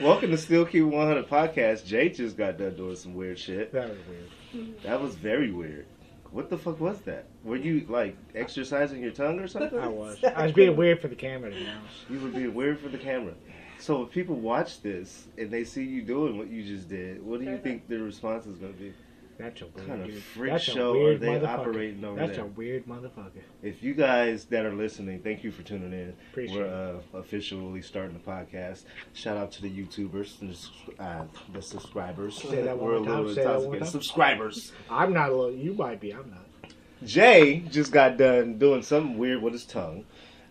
Welcome to Still Keep 100 podcast. Jay just got done doing some weird shit. That was weird. That was very weird. What the fuck was that? Were you like exercising your tongue or something? I was. I was being weird for the camera to be honest. You were being weird for the camera. So if people watch this and they see you doing what you just did, what do you Fair think their response is going to be? That's a What weird kind of dude. freak That's a show are weird they motherfucker. operating over That's there? a weird motherfucker. If you guys that are listening, thank you for tuning in. Appreciate We're it. uh, officially starting the podcast. Shout out to the YouTubers and the, s- uh, the subscribers. Say that one We're a more time. little Say that one more intoxicated. time. Subscribers. I'm not a little. You might be. I'm not. Jay just got done doing something weird with his tongue.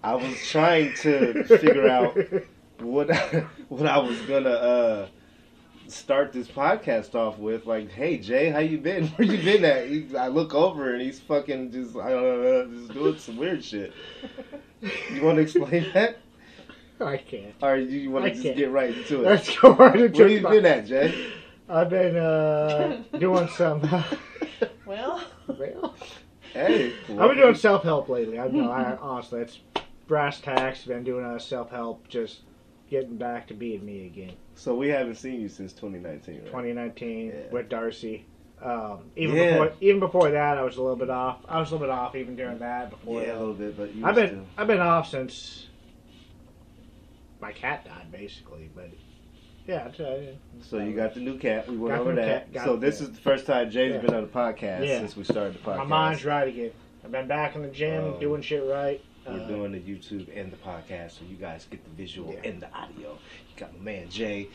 I was trying to figure out what I, what I was gonna uh, start this podcast off with. Like, hey Jay, how you been? Where you been at? He, I look over and he's fucking just uh, just doing some weird shit. You want to explain that, I can't. or you, you want I to just can't. get right into it? Let's go right into Where it. you been at, Jay? I've been uh, doing some. Well, well, Hey, I've been doing self help lately. I know. I honestly, that's brass tacks. Been doing uh, self help, just getting back to being me again. So we haven't seen you since 2019. Right? 2019 Yeah. with Darcy. Um, even Yeah. before even before that, I was a little bit off. I was a little bit off even during that. Before yeah, a that. little bit, but you I've were been still- I've been off since my cat died, basically. But yeah, it's, uh, So you got the new cat. We went Got the over new that. cat, got so the this cat. is the first time Jay's Yeah. been on the podcast Yeah. since we started the podcast. my mind's right again. I've been back in the gym, Um, doing shit right. We're Uh, doing the YouTube and the podcast, so you guys get the visual Yeah. and the audio. You got my man Jay,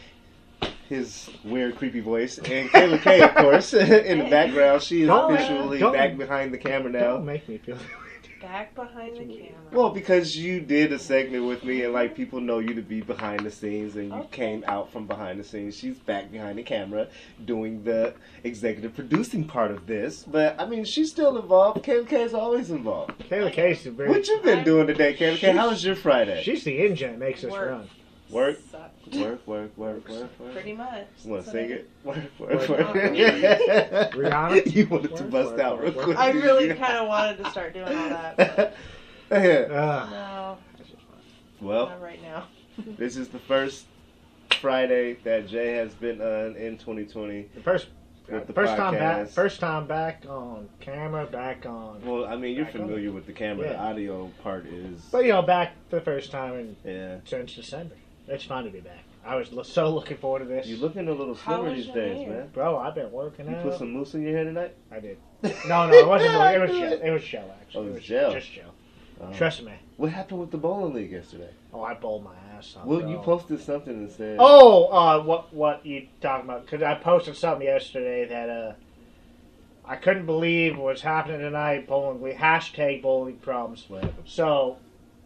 his weird, creepy voice, and Kayla Kay, of course, in the background. She is Don't- officially don't- back behind the camera Don't now. make me feel. back behind the camera. Well, because you did a segment with me, and like people know you to be behind the scenes, and you Okay. came out from behind the scenes. She's back behind the camera doing the executive producing part of this, but I mean, she's still involved. KMK is always involved. Kayla Case is very. What you been I- doing today, KMK? How was your Friday? She's the engine that makes us Work. run. Work, Sucked. work, work, work, work, work. Pretty much. Want to So sing they- it? Work, work, Work. work. Rihanna? you wanted to Work, bust work, out real work, work. quick. I really kind of wanted to start doing all that, but Uh, no, well, not right now. This is the first Friday that Jay has been on in 2020. the first. With the first time back, podcast. first time back on camera, back on. Well, I mean, you're Back on. familiar with the camera. The Yeah. audio part is. But you know, back for the first time in Yeah. since December. It's fun to be back. I was lo- so looking forward to this. You looking a little How slimmer was these your days, hair? man. bro, I've been working You out. put some mousse in your hair tonight? I did. No, no, it wasn't. it was I gel. knew it. It was gel actually. Oh, it was gel. gel. Just gel. Oh. Trust me. What happened with the bowling league yesterday? Oh, I bowled my ass off. Well, bro. you posted something and said. Oh, uh, what what you talking about? Because I posted something yesterday that uh, I couldn't believe was happening tonight. Bowling league hashtag bowling problems. What happened? So,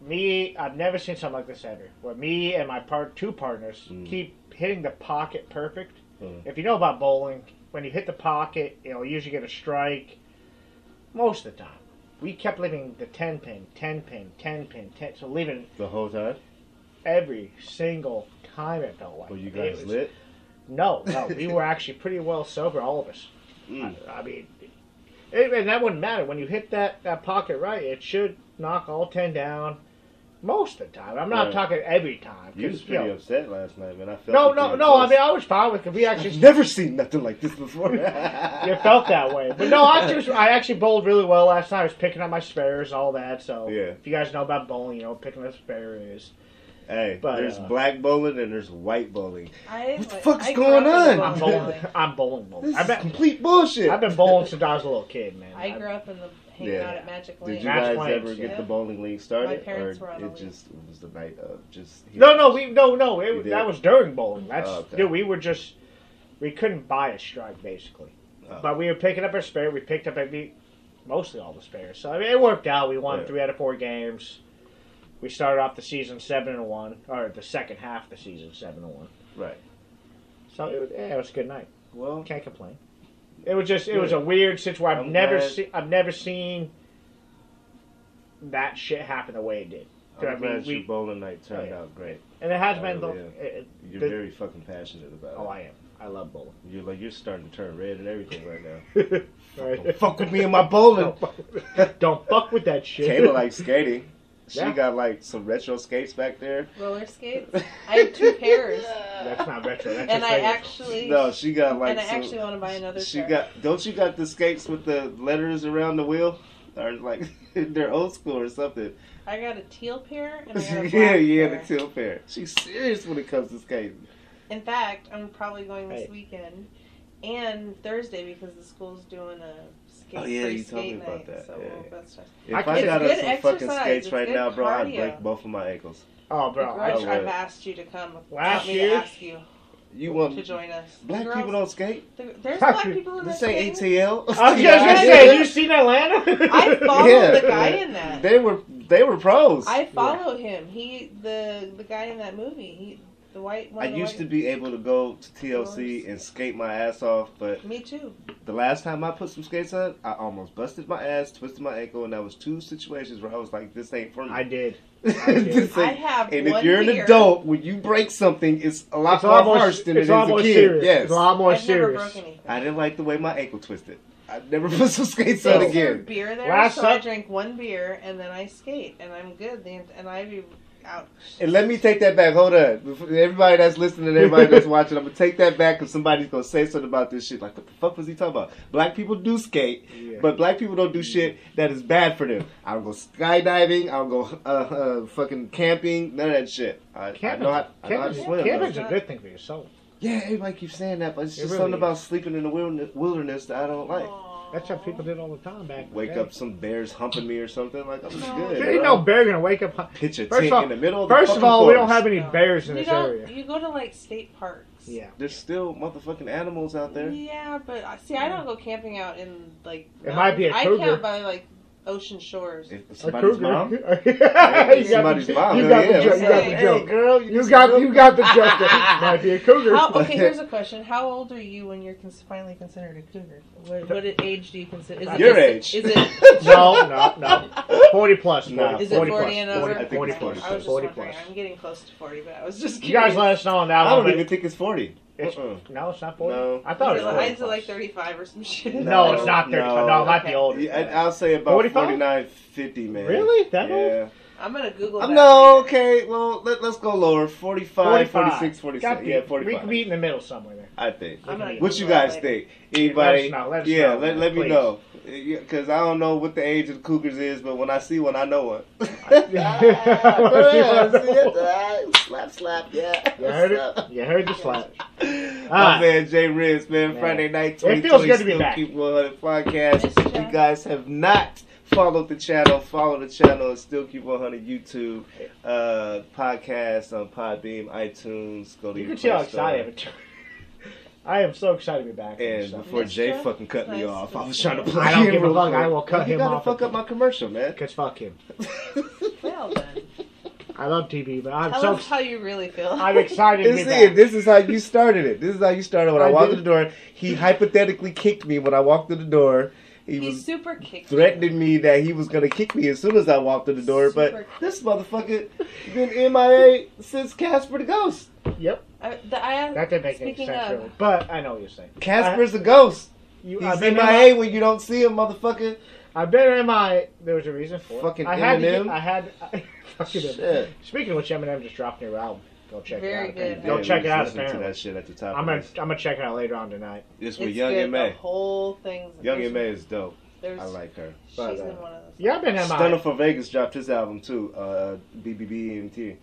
me, I've never seen something like this ever. Where me and my part two partners Mm. keep hitting the pocket perfect. Mm. If you know about bowling, when you hit the pocket, you'll usually get a strike. Most of the time, we kept leaving the ten pin, ten pin, ten pin, ten. So leaving The whole time? every single time it felt like. Were you It guys was- lit? No, no, we were actually pretty well sober, all of us. Mm. I, I mean, it, and that wouldn't matter. When you hit that, that pocket right, it should knock all 10 down most of the time. I'm not Right. talking every time. 'cause, You was you pretty know- upset last night, man. I felt no, it no, getting no. I close. mean, I was fine with it. We actually I've never seen nothing like this before. you felt that way. But no, I just I actually bowled really well last night. I was picking up my spares, all that. So Yeah. if you guys know about bowling, you know what picking up spares. Hey, But, there's uh, black bowling and there's white bowling. I, What the like, fuck's I going grew up in the on? I'm bowling bowling. alley. I'm bowling. This bowling. is I've been complete bullshit. I've been bowling since I was a little kid, man. I grew up in the hanging Yeah. out at Magic Lane. Did you Match guys plans, ever get yeah. the bowling league started? parents or were on it the league. just it was the night of just No, no, we no, no. You It, did? that was during bowling. That's Oh, okay. dude. We were just we couldn't buy a strike basically, Oh. but we were picking up our spare. We picked up every mostly all the spares. So I mean, it worked out. We won Yeah. three out of four games. We started off the season seven and one, or the second half of the season seven and one. right. So it was, yeah, it was a good night. Well, Can't complain. It was just it was a Good. weird situation. I've I'm never glad- seen I've never seen that shit happen the way it did. I'm I mean, glad we- your bowling night turned Yeah. out great. And it has Oh, been the yeah. it- it- You're the- very fucking passionate about Oh, it. I am. I love bowling. You're like you're starting to turn red and everything right now. Right. Don't fuck with me and my bowling. Don't fuck with that shit. Kayla likes skating. Yeah. She got like some retro skates back there. Roller skates. I have two pairs. That's not retro. That's and just I regular. actually No, she got like. and I some- actually want to buy another She pair. got. Don't you got the skates with the letters around the wheel? Or like they're old school or something. I got a teal pair and I got a black yeah, yeah, pair. the teal pair. She's serious when it comes to skating. In fact, I'm probably going this Hey. weekend and Thursday because the school's doing a skate Oh, yeah, free you told me skate about night. that. So Yeah, we'll yeah. best try- If I I, can't- got on It's some good fucking exercise. skates It's right good now, bro, I'd cardio. break both of my ankles. Oh, bro. I, Gretch, I I've would. asked you to come. Last Let me year- ask you You to want join us. black Girls, people don't skate? th- There's Black black people- people in This that ain't skate. ATL. I was just gonna say, you seen Atlanta? I follow the guy in that. They were they were pros. I follow him. He the the guy in that movie. He the white. One I of the used to white, be able to go to TLC and skate my ass off, but Me too. the last time I put some skates on, I almost busted my ass, twisted my ankle, and that was two situations where I was like, "This ain't for me." I did. This I ain't- have. and if one you're an beer. adult, when you break something, it's a lot It's more almost, harsh than it it's is a almost kid. serious. It's Yes, a lot more I've never serious. broke anything. I didn't like the way my ankle twisted. I never put some skates Is on there again. beer there, Last so I time- drink one beer and then I skate and I'm good. The ent- And I be out. And let me take that back. Hold on. Before- Everybody that's listening and everybody that's watching, I'm going to take that back because somebody's going to say something about this shit. Like, what the fuck was he talking about? Black people do skate, Yeah. but black people don't do shit that is bad for them. I don't go skydiving. I don't go uh, uh, fucking camping. None of that shit. I, I Camping- know how, I know how to camping's- swim. though. Camping's a good thing for your soul. Yeah, everybody keeps saying that, but it's It just really something is. about sleeping in the wilderness, wilderness that I don't like. Oh, That's how people did all the time back. in the Wake day. up, some bears humping me or something. Like, I'm No. good. There ain't bro. no bear gonna wake up. Pitch a First tent off- in the middle of the First of fucking all, we don't forest. have any No. bears in you this don't, area. You go to like state parks. Yeah. There's still motherfucking animals out there. Yeah, but I see, I don't go camping out in like. It might be a mountains. I cougar. count by like ocean shores. If A somebody's cougar. mom. you Hey, got somebody's the, mom. You hell got the yeah. joke. You got Hey, the joke. girl. You You got you got the joke. That it might be a cougar. How, okay, here's a question: How old are you when you're cons- finally considered a cougar? What, what age do you consider? Is it Your age. just- Is it? No, no, no. Forty plus. Nah. Is it 40, 40 plus, and over? 40, I think it's 40. I was just 40 wondering. plus. I'm getting close to 40, but I was just You guys curious. let us know on that I one. don't but even think it's 40. it's- Uh-uh. No, it's not forty. No. I thought is it it, was like- 40 is it like plus. 35 or some shit? No, it's not No. thirty. No, no it might be Okay. older. Yeah, I- I'll say about 45? 49, 50, man. Really? That yeah. I'm gonna Google. Uh, that No, later. okay. Well, let, let's go lower. 45, 46, 47. Yeah, We could 45. be in the middle somewhere there. I think. I'm gonna What you Google guys that later. think? Anybody? Let us know, let us yeah, know, let, let me please. know. Because I don't know what the age of the Cougars is, but when I see one, I know one. Yeah, I Ah, see it. slap, slap, yeah. You heard it. You heard the slash. My Alright. man Jay Riz, man, Man. Friday night. It feels good to be 2020, back. Keep 100 podcast. Yes, If Jack. you guys have not followed the channel, follow the channel. It's still keep 100 YouTube uh, podcast on Podbeam, iTunes. Go to You your can see how Play Store. excited I am. I am so excited to be back. on And this before Yes, Jay Jack. fucking cut me Nice. off, I was trying to plug I don't in give a real fuck. quick. I will cut Well, you him gotta off fuck if up you- my commercial, man. Cause fuck him. Well then, I love TV, but I'm tell so us how you really feel. I'm excited to This be is back. it. This is how you started it. This is how you started. When I, I walked did. in the door, he hypothetically kicked me when I walked through the door. He He was super kicked. threatening me that he was gonna kick me as soon as I walked through the door. Super. But this motherfucker been MIA since Casper the Ghost. Yep. I, the, I, That didn't make any Speaking sense of- really. But I know what you're saying. Casper's a ghost. You, He's I've MIA been MIA. when you don't see him, motherfucker. I've been MIA. There was a reason for it. Fucking I had to Eminem. get- I had. I, fucking Eminem. Shit. Speaking of which, Eminem just dropped a new album. Go check Very it out. apparently. good. Go Yeah, check we it out. was listening to Apparently, that shit at the top. I'm of gonna this. I'm gonna check it out later on tonight. This It's with Young good. The MA. whole thing. Young MA is dope. There's, I like her. She's but, in uh, one of those. Yeah, I've been MIA. Stunner for Vegas dropped his album too. Uh, BBBMT,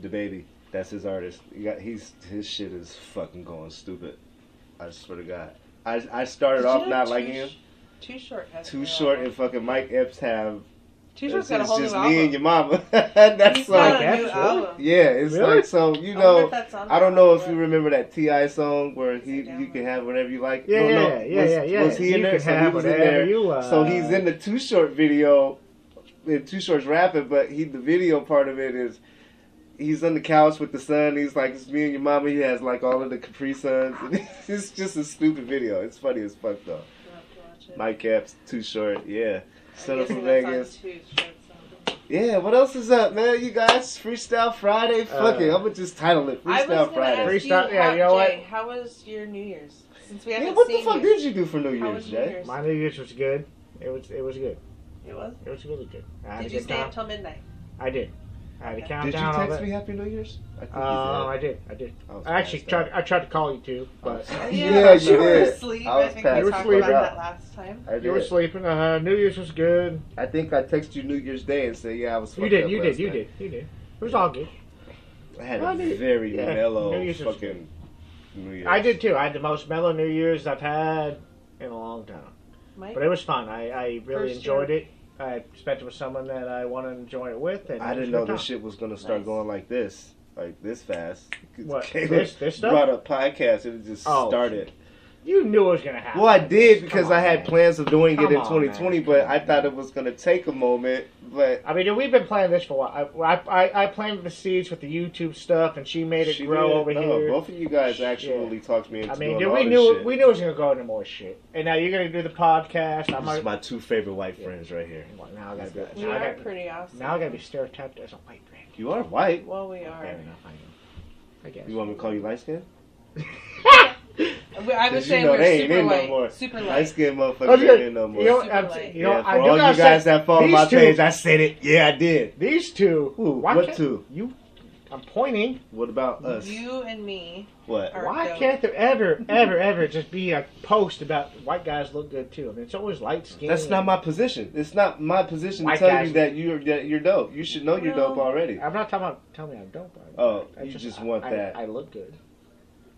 the baby. That's his artist. He got, he's his shit is fucking going stupid. I swear to God. I I started Did you off know not Too like Sh- him. Too short. Has Too an short album. and fucking Mike Epps have. Too it's short's got a whole new just album. me and your mama. That's He's like got a new That's really- album. yeah. It's Really? like so you I wonder know. if that's on I don't that know album. if you remember that Ti song where Is it he down you can there? have whatever you like. Yeah, No, yeah, no. yeah, was, yeah, yeah. Was he in You there? can So he have was in whatever there. you uh, like. So he's in the Too Short video. And Too Short's rapping, but he the video part of it is he's on the couch with the sun. He's like, "It's me and your mama." He has like all of the Capri Suns. It's just a stupid video. It's funny as fuck though. I'll have to watch it. Mike Epps, Too Short, yeah. Son I'm of guessing that's on Vegas. Too Short's album. Yeah, what else is up, man? You guys, Freestyle Friday? Fuck it, Uh, I'm gonna just title it I was Freestyle gonna Friday. ask you, Freestyle- yeah, how, you know what? Jay, how was your New Year's? Since we haven't yeah, what the seen fuck you. did you do for New How Year's, was New Jay? Year's? My New Year's was good. It was it was good. It was. It was really good. I had a Did you good stay time. up till midnight? I did. I had to Did count Did you down all text that. me Happy New Year's? I think you Um, I did. I did. I was I actually passed out. tried. I tried to call you too, but Oh, Yeah, Yeah, you you were did. asleep. I was I think we passed talked out. about that last time. I did. you were sleeping. Uh, New Year's was good. I think I texted you New Year's Day and said, "Yeah, I was." You fucked did. up You last did. You night. did. You did. It was all good. I had Well, a New- very yeah, mellow New Year's was- fucking New Year's. I did too. I had the most mellow New Year's I've had in a long time, Mike, but it was fun. I, I really First enjoyed it. I spent it with someone that I want to enjoy it with, and I it was didn't a know good this time. shit was gonna start Nice. going like this, like this fast. What, Caleb this- this stuff? brought up podcast and it just Oh. started. You knew it was gonna happen. Well, I did because Come on, I had man. plans of doing Come it in on, 2020, man. but I thought it was gonna take a moment. But I mean, we've been playing this for a while. I, I, I- I planted the seeds with the YouTube stuff, and she made it she grow did. Oh, over no, here. Both of you guys actually talked me into I doing mean, dude, all we this knew shit. we knew it was gonna go into more shit, and now you're gonna do the podcast. I'm This is like, my two favorite white friends right here. well, now I gotta That's be, we now I are gotta, pretty awesome. now I gotta be stereotyped as a white man. You are white. Well, we are. Fair enough, I know. I guess. You want me to call you light skin? We- I was Because you saying know we're they ain't super in light. no more. Super Light light. skinned Oh, motherfuckers yeah. ain't in no more. You know, Super I'm- light. you know, yeah, for I do all gotta you guys say, that follow these my two- page, I said it. Yeah, I did. These two. Ooh, why what can't- two? You. I'm pointing. What about us? You and me. what? Are Why dope. can't there ever, ever, ever just be a post about white guys look good too? I mean, it's always light skin. That's not my position. It's not my position to White tell guys- you that you're that you're dope. You should know you're No. dope already. I'm not talking about. Tell me I'm dope. I- Oh, I you just want I- that. I look good.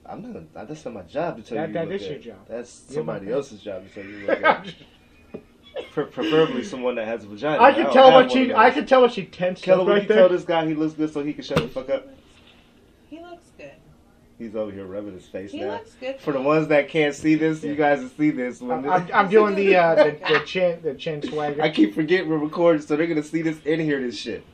I'm not. gonna- That's not my job to tell That- you. that look is your good. job. That's You're somebody my- else's job to tell you. Look good. Pre- preferably someone that has a vagina. I don't can tell have when one of she. those. I can tell when she tensed Keller, up would right you tell there. this guy he looks good so he can shut the fuck up? He looks good. He's over here rubbing his face He now. looks good. For the ones that can't see this, you guys will see this. When I'm, I'm- I'm doing the, uh, the the chin the chin I swagger. keep forgetting we're recording, so they're gonna see this and hear this shit.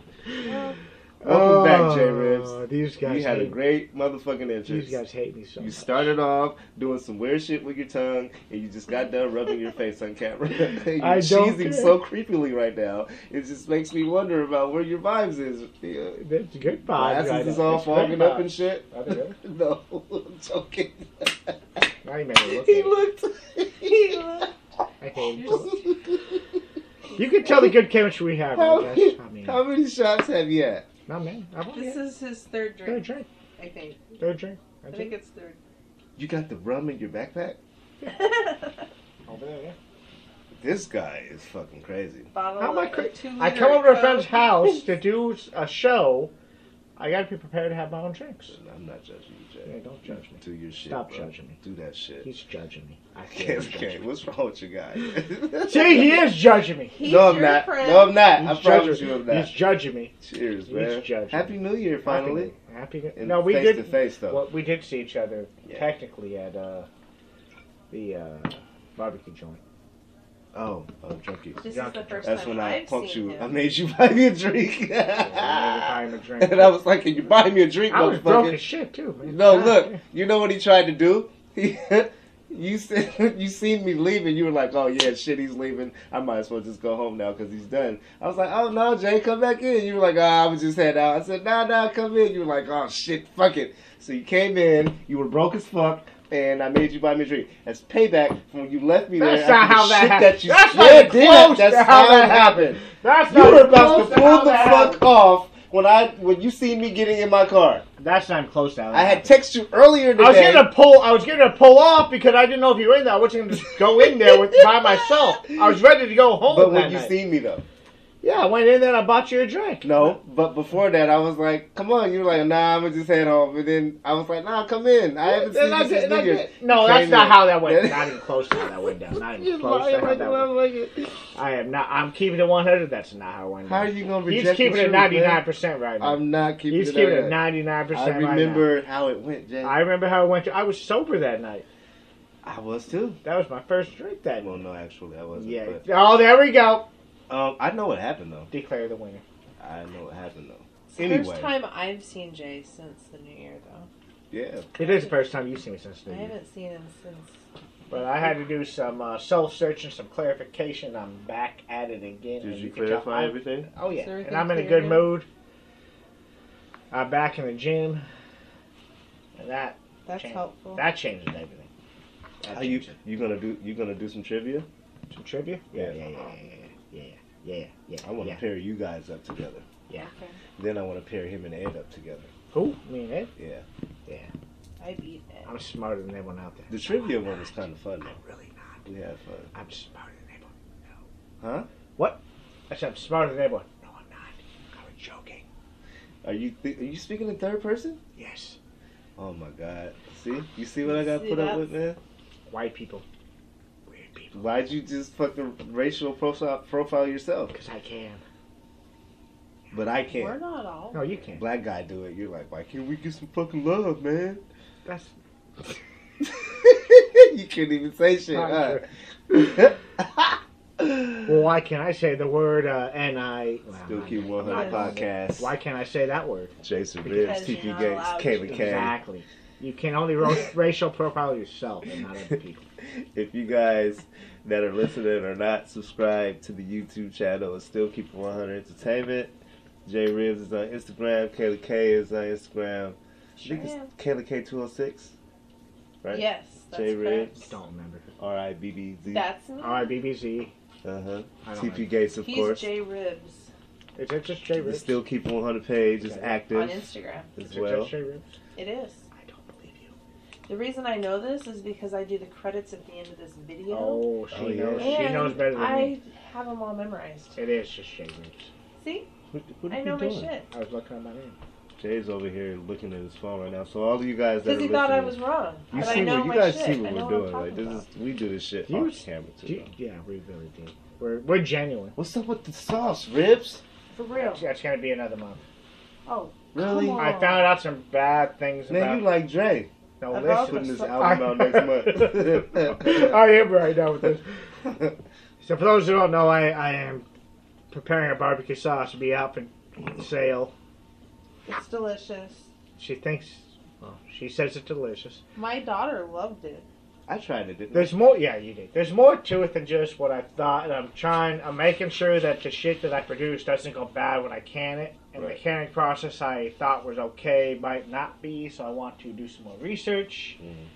Well, Welcome back, Oh, J Ribs. These guys. You had a hate, great motherfucking entrance. These guys hate me so. You much. started off doing some weird shit with your tongue, and you just got done rubbing your face on camera. You're I cheesing don't care. so creepily right now. It just makes me wonder about where your vibes is. Yeah. That's good vibes. Glasses right is now. all It's great fogging up and vibes. shit. That'd be good. no, I'm joking. Now you made me look he at it. looked. he looked. I hate you. You can tell the good chemistry we have. How, I guess. I mean, how many shots have you had? not man. I've only This had is his third third drink, drink. I think. Third drink. I That's think it. it's third. You got the rum in your backpack? Over there, yeah. This guy is fucking crazy. Bottle How am I of- cra- of Oh, two I liter come over to a friend's Coke. house to do a show. I gotta be prepared to have my own drinks. I'm not judging you, Jay. Yeah, don't judge me. Do your shit. Stop bro. judging me. Do that shit. He's judging me. I Okay, feel he's okay. judging me. What's wrong with you guys? See, he is judging me. He's no, I'm your not. friend. No, I'm not. He's I promise judging, you, I'm He's not. judging me. Cheers, he's man. judging. Happy New Year, finally. Happy. happy And no, we face did. to face though. Well, we did see each other Yeah. technically at uh, the uh, barbecue joint. oh, oh, junkie. This is the Junkie. first That's time when I I've punked seen you. him. I made you buy me a drink. Yeah, we made you buy him a drink. and I was like, "Can you buy me a drink, I was broke motherfucker?" as shit too. man. No, God, look. yeah. You know what he tried to do? He, you said you seen me leaving. You were like, "Oh yeah, shit, he's leaving. I might as well just go home now because he's done." I was like, "Oh no, Jay, come back in." You were like, "Ah, I was just head out." I said, "Nah, nah, come in." You were like, "Oh shit, fuck it." So you came in. You were broke as fuck. And I made you buy me a drink. That's payback from when you left me That's there. not after the how that shit That you happened. That's Yeah, not it even did. close That's to how how that that happened. That's You not were even about close to how pull the that fuck happened. off when I when you seen me getting in my car. That's not even close to how that I had happened. texted you earlier today. I was gonna pull. I was gonna pull off because I didn't know if you were in there. I wasn't gonna go in there with by myself. I was ready to go home. But that when you night. seen me though, yeah, I went in there. and I bought you a drink. no. But before that, I was like, "Come on," you were like, "Nah, I'm gonna just head home." And then I was like, "Nah, come in. I haven't Then seen you I did- since then I New Year's." did- no, You that's came not in. how that went. not even close to how that went down. Not You even close lying to how like a that went. motherfucker. I am not. I'm keeping it 100. That's not how it went. How down. are you gonna reject? He's keeping the it truth, 99 man? percent right now. I'm not keeping He's it. keeping at it that. 99 I percent right now. remember how it went, Jay. I I, remember how it went. I was sober that night. was too. That was my first drink that Well, night. no, actually, I wasn't. Yeah. Oh, there we go. But, um, I know what happened though. Declare the winner. I know what happened though. It's the Anyway. first time I've seen Jay since the new year, though. Yeah. It is the first time you've seen me since I New Year's. haven't seen him since. But I had to do some uh, self searching, some clarification. I'm back at it again. Did and you can tell clarify I'm- everything? Oh, yeah. Is everything And I'm in a clear good now? mood. I'm back in the gym. And that, That's Change. helpful. that changes everything. That How you changes you gonna do you gonna do some trivia? it. Some trivia? Yeah. Yeah, yeah, yeah, yeah, yeah, yeah, yeah, yeah, yeah. I want to yeah. pair you guys up together. Yeah. Okay. Then I want to pair him and Ed up together. Who? Me and Ed? Yeah. I beat it. I'm smarter than everyone out there. The trivia one was kind of fun. I'm really not. though. We had fun. I'm smarter than everyone. Huh? I said I'm smarter than everyone. No, I'm not. I was joking. Are you th- are you speaking in third person? Yes. Oh my God! See, you see what I got See, put up with, man? White people. Weird people. Why'd you just fucking racial profile profile yourself? Because I can. But I We're can't. not all. No, you can't. Black guy do it. You're like, why can't we get some fucking love, man? That's you couldn't even say shit. not huh? true. Well, why can't I say the word uh, N-I? Well, Dookie I- 100 Why- podcast. Why can't I say that word? Jason Because Bibbs, you're TP not Gates, allowed Kayla to. K. Exactly. You can only ro- racial profile yourself and not other people. If you guys that are listening are not subscribed to the YouTube channel, it's still Keep It 100 Entertainment. Jay Ribs is on Instagram. Kayla K is on Instagram. I think it's Sure am. Kayla K206, right? Yes. That's Jay correct. Ribs. Don't remember. R I B B Z. Uh That's me. All right, BBC. huh. I don't TP remember. Gates, of He's course. Jay Ribs Is it just Jay The Rich? Still Keep It 100 page is Okay. active on Instagram. Is as it well. just Jay Rich? It is. I don't believe you. The reason I know this is because I do the credits at the end of this video. Oh, she Oh, yeah. knows. She and knows better than I me. have them all memorized. It is just Jay Rich. See, What, what are I you know my doing? shit I was looking at my name. Jay's over here looking at his phone right now. So all of you guys that are because he listening, thought I was wrong. you but see I know what you my guys shit. see I what know we're I'm doing. Like talking this about. is we do this shit Do you- off camera too. Do you- though. yeah, we really do. We're we're genuine. What's up with the sauce, ribs? for real. That's gonna be another month. Oh, Really? Come on. I found out some bad things Man, you about. like Dre? No, About listen. Putting this I- album out next month. I am right now with this. So for those who don't know, I, I am preparing a barbecue sauce to be out for sale. it's delicious. She thinks, well, she says it's delicious. My daughter loved it. I tried it. Didn't There's more, yeah, you did. There's more to it than just what I thought, and I'm trying, I'm making sure that the shit that I produce doesn't go bad when I can it. And Right. the canning process I thought was okay might not be, so I want to do some more research, Mhm.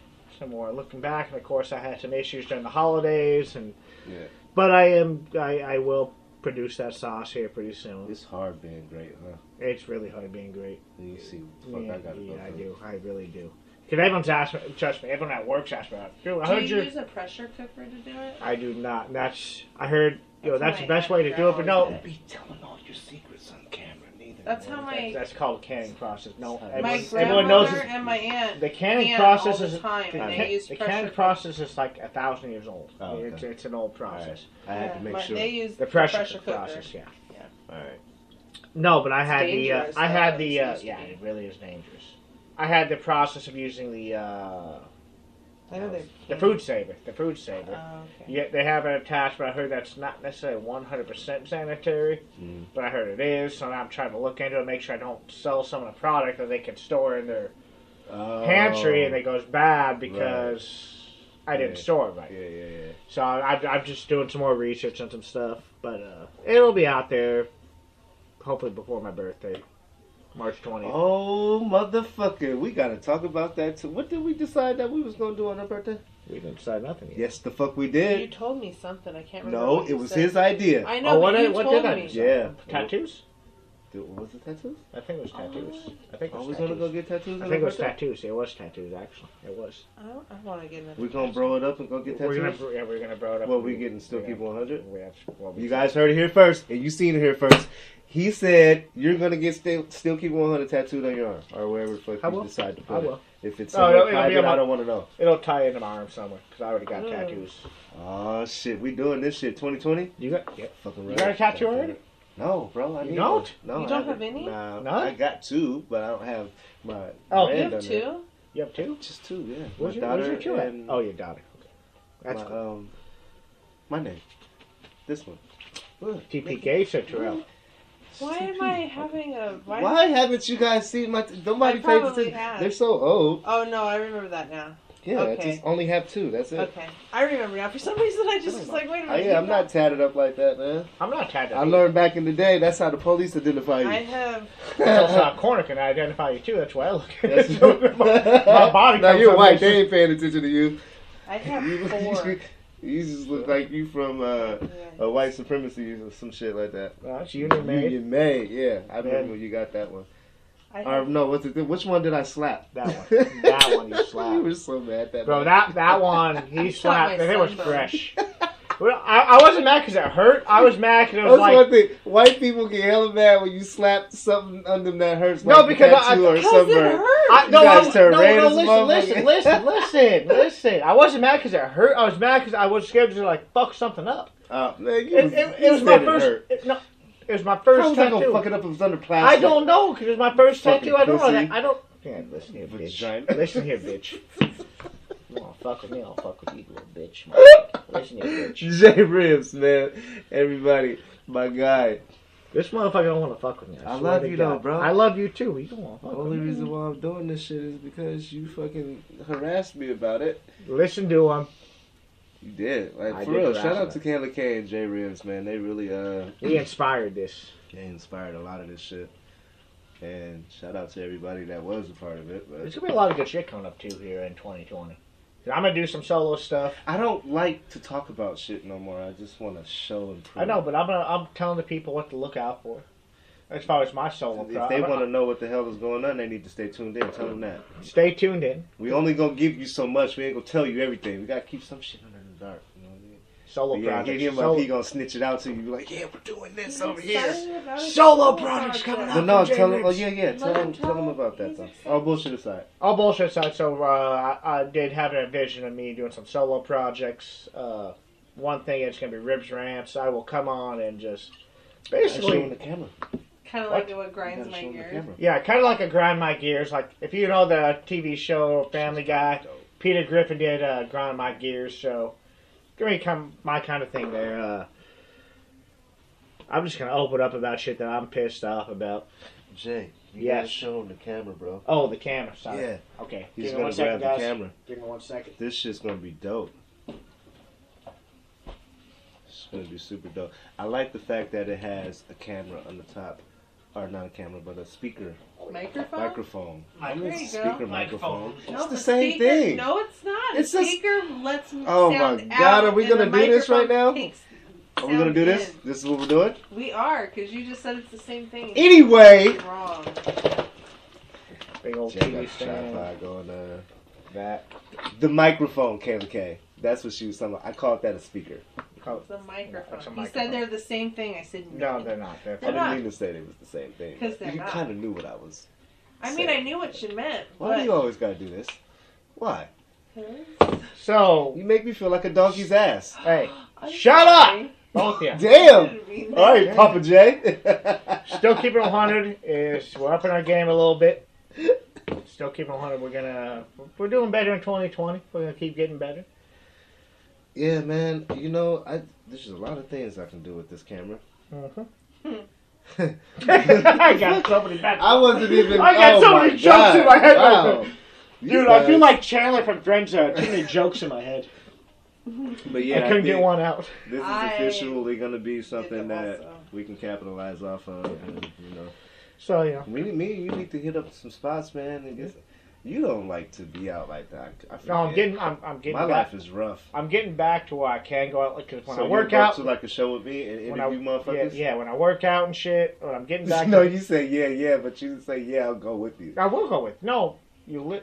some more looking back, and of course I had some issues during the holidays, and Yeah. but I am, I, I will produce that sauce here pretty I? soon. It's hard being great, huh? It's really hard being great. And you see, Yeah, fuck, I gotta yeah, go I through. do. I really do. Because everyone's asked me, trust me, everyone at work's asked me, Drew, I Do heard you your. use a pressure cooker to do it? I do not. and That's, I heard, you know, that's That's the my best way to do it, but background. no. Don't be telling all your secrets on camera, neither. That's man. how my That's, that's called canning process. No, My everyone, my everyone grandmother knows it's, and my aunt. the canning can process all the is. time, the and they can- use the pressure canning cook- process is like a thousand years old. Oh, okay. it's, it's an old process. I had to make my- sure. They use The pressure, cook cooker. process, yeah. All right. No, but I had the uh, dangerous, I though, had it the uh, seems to yeah, be. it really is dangerous. I had the process of using the uh, I know they. the food saver, the food saver. Oh, okay. Yeah, they have it attached, but I heard that's not necessarily 100% sanitary. Mm. But I heard it is, so now I'm trying to look into it, make sure I don't sell some of the product that they can store in their Oh. pantry and it goes bad because I didn't Yeah. store it right. Yeah, yeah, yeah. So I, I, I'm just doing some more research on some stuff, but uh, it'll be out there hopefully before my birthday, March 20th. Oh motherfucker, we gotta talk about that too. What did we decide that we was gonna do on her birthday? We didn't decide nothing yet. Yes, the fuck we You did. told me something. I can't remember. No, what it you was said. his idea. I oh, know. what but did, you what told did I me. decide? Yeah. Tattoos? Dude, was it tattoos? I think it was tattoos. I think it Are was we tattoos. gonna go get tattoos? I on think it her was birthday? tattoos. It was tattoos, actually. It was. I don't. I want to get another. We gonna bro it up and go get We're gonna, tattoos. yeah, we're gonna bro it up. Well, we getting still yeah. keep one hundred. We have, well, we You guys heard it here first, and you seen it here first. He said you're gonna get still still keep one hundred tattooed on your arm or wherever the fuck I you will. decide to put I will. it. If it's Oh, no, somewhere it'll be private, on my- I don't want to know. It'll tie into my arm somewhere because I already got Mm. tattoos. Oh shit, we doing this shit 2020. You got? Yeah. Fucking You right. got a tattoo already? No, bro. I You need don't? one. No, You I don't haven't. have any? Nah, None? I got two, but I don't have my. Oh, brand You have on there. two. You have two? Just two, yeah. Where's my your, where's daughter your two at? and Oh, your daughter. Okay. uh, That's my, cool. um, my name. This one. Look. TP Gates or Terrell? Why am I having a? Why, Why? haven't you guys seen my? T- nobody paid I probably attention. have. They're so old. Oh no, I remember that now. Yeah, I Okay. just only have two. That's it. Okay, I remember now. For some reason, I just was like, wait a I, minute. yeah, I'm you not tatted up like that, man. I'm not tattooed. I learned back in the day. That's how the police identify got- you. I have. That's how Corner can identify you too. That's why I look. That's- my body Now comes you're from white. this- They ain't paying attention to you. I have You- four. You just look like you from uh, Yeah. a white supremacy or some shit like that. Well, it's Union Made. Union May, yeah. I Man. remember you got that one. I Or have, no, what's it? Which one did I slap? That one. That one you slapped. you were so mad that Bro, night. that that one, he slapped, my and it was sunburn. fresh. Well, I, I wasn't mad because it hurt. I was mad because it was That's like, one thing. White people get hella mad when you slap something on them that hurts. No, like a because I- tattoo or How's it something. hurt? I, You no, guys I, was- no, turn red no, as a listen, listen, motherfucker. listen, listen, listen. I wasn't mad because it hurt. I was mad because I was scared to like fuck something up. Oh, man, you It, was- it, you it was my said first. hurt. It, no, it was my How first was I gonna tattoo. fuck it up if it was under plastic? I don't know because it was my first Fucking tattoo. I don't know pussy. that. I don't. Yeah, listen here, Vagina. bitch. Listen here, bitch. You wanna fuck with me? I'll fuck with you, little bitch. Listen here, bitch. J Ribs, man. Everybody, my guy. This motherfucker don't want to fuck with me. I swear love to you God. though, bro. I love you too. You don't want to The fuck with only me. reason why I'm doing this shit is because you fucking harassed me about it. Listen to him. You did. Like, I for did real. harass Shout out to her. Kayla K and J Ribs, man. They really, uh, He inspired this. they inspired a lot of this shit. And shout out to everybody that was a part of it. But There's gonna be a lot of good shit coming up too here in 2020. I'm gonna do some solo stuff. I don't like to talk about shit no more. I just want to show and prove. I know, but I'm gonna, I'm telling the people what to look out for as far as my solo. If they want to know what the hell is going on, they need to stay tuned in. Tell them that. to stay tuned in, We only gonna give you so much. We ain't gonna tell you everything. We gotta keep some shit under the dark. You know what I mean? solo yeah, projects. hit him solo- up. He gonna snitch it out to you. Be like, yeah, we're doing this over here. Excited about it. Solo products coming But out. no, J. tell him. Oh Riggs. yeah, yeah. Tell Let him. him Tell tell him him. about that He's though. excited. All bullshit aside. All bullshit aside, so uh, I, I did have a vision of me doing some solo projects. Uh, one thing it's gonna be ribs ramps. I will come on and just Show him basically, the camera. Kind of What? like what grinds Gotta my show him the gears. camera. yeah, kind of like a grind my gears. Like if you know the TV show Family Guy, Peter Griffin did uh, grind my gears, so give me come my kind of thing there. Uh, I'm just gonna open up about shit that I'm pissed off about. Jay, you Yes. gotta show him the camera, bro. Oh, the camera. Sorry. Yeah, Okay. he's give me gonna one grab second, the guys. camera. Give me one second. This shit's gonna be dope. It's gonna be super dope. I like the fact that it has a camera on the top, or not a camera, but a speaker Microphone? microphone. Microphone. It's a There you go. speaker microphone. Microphone. No, It's the the same speaker, thing. No, it's not. It's It's just- the speaker lets me Oh my sound God, out are we and the gonna do this right microphone now? Takes Are we gonna do sound this? in. This is what we're doing. We are, because you just said it's the same thing. Anyway. Wrong. Big old Jay got TV the stand. tripod going. Uh, That. the microphone, Kayla K. That's what she was talking about. I called that a speaker. Oh, It's a microphone. It's a You microphone. said they're the same thing. I said no, they're not. They're I They're fine. didn't not. mean to say they was the same thing. 'Cause they're You not. kind of knew what I was. I mean, I knew what you meant. Why do you but- always gotta do this? Why? So, You make me feel like a donkey's ass. hey, I'm Shut up! sorry. both of you. Damn. Didn't mean that. All right, Papa J. Still keeping 100 is we're upping our game a little bit. Still keeping 100. We're gonna we're doing better in 2020. We're gonna keep getting better. yeah, man. You know, I there's a lot of things I can do with this camera. Mm-hmm. I I got so many bad. wasn't even. I got oh so my many jokes in God, my head right Wow. now. You Dude, I feel guys- like Chandler from Friends Zone. Too many jokes in my head. But yeah, I couldn't get think one out. This is I officially going to be something them that also. we can capitalize off of. And, you know, So yeah. me, me, and you need to hit up some spots, man. And just, you don't like to be out like that. I No, I'm forget. getting I'm, I'm getting My back. life is rough. I'm getting back to where I can go out because when so I work you go out, to like a show with me and when I, interview yeah, motherfuckers. yeah, when I work out and shit, when I'm getting back, no, to, you say yeah, yeah, but you didn't say yeah. I'll go with you. I will go with no. You li-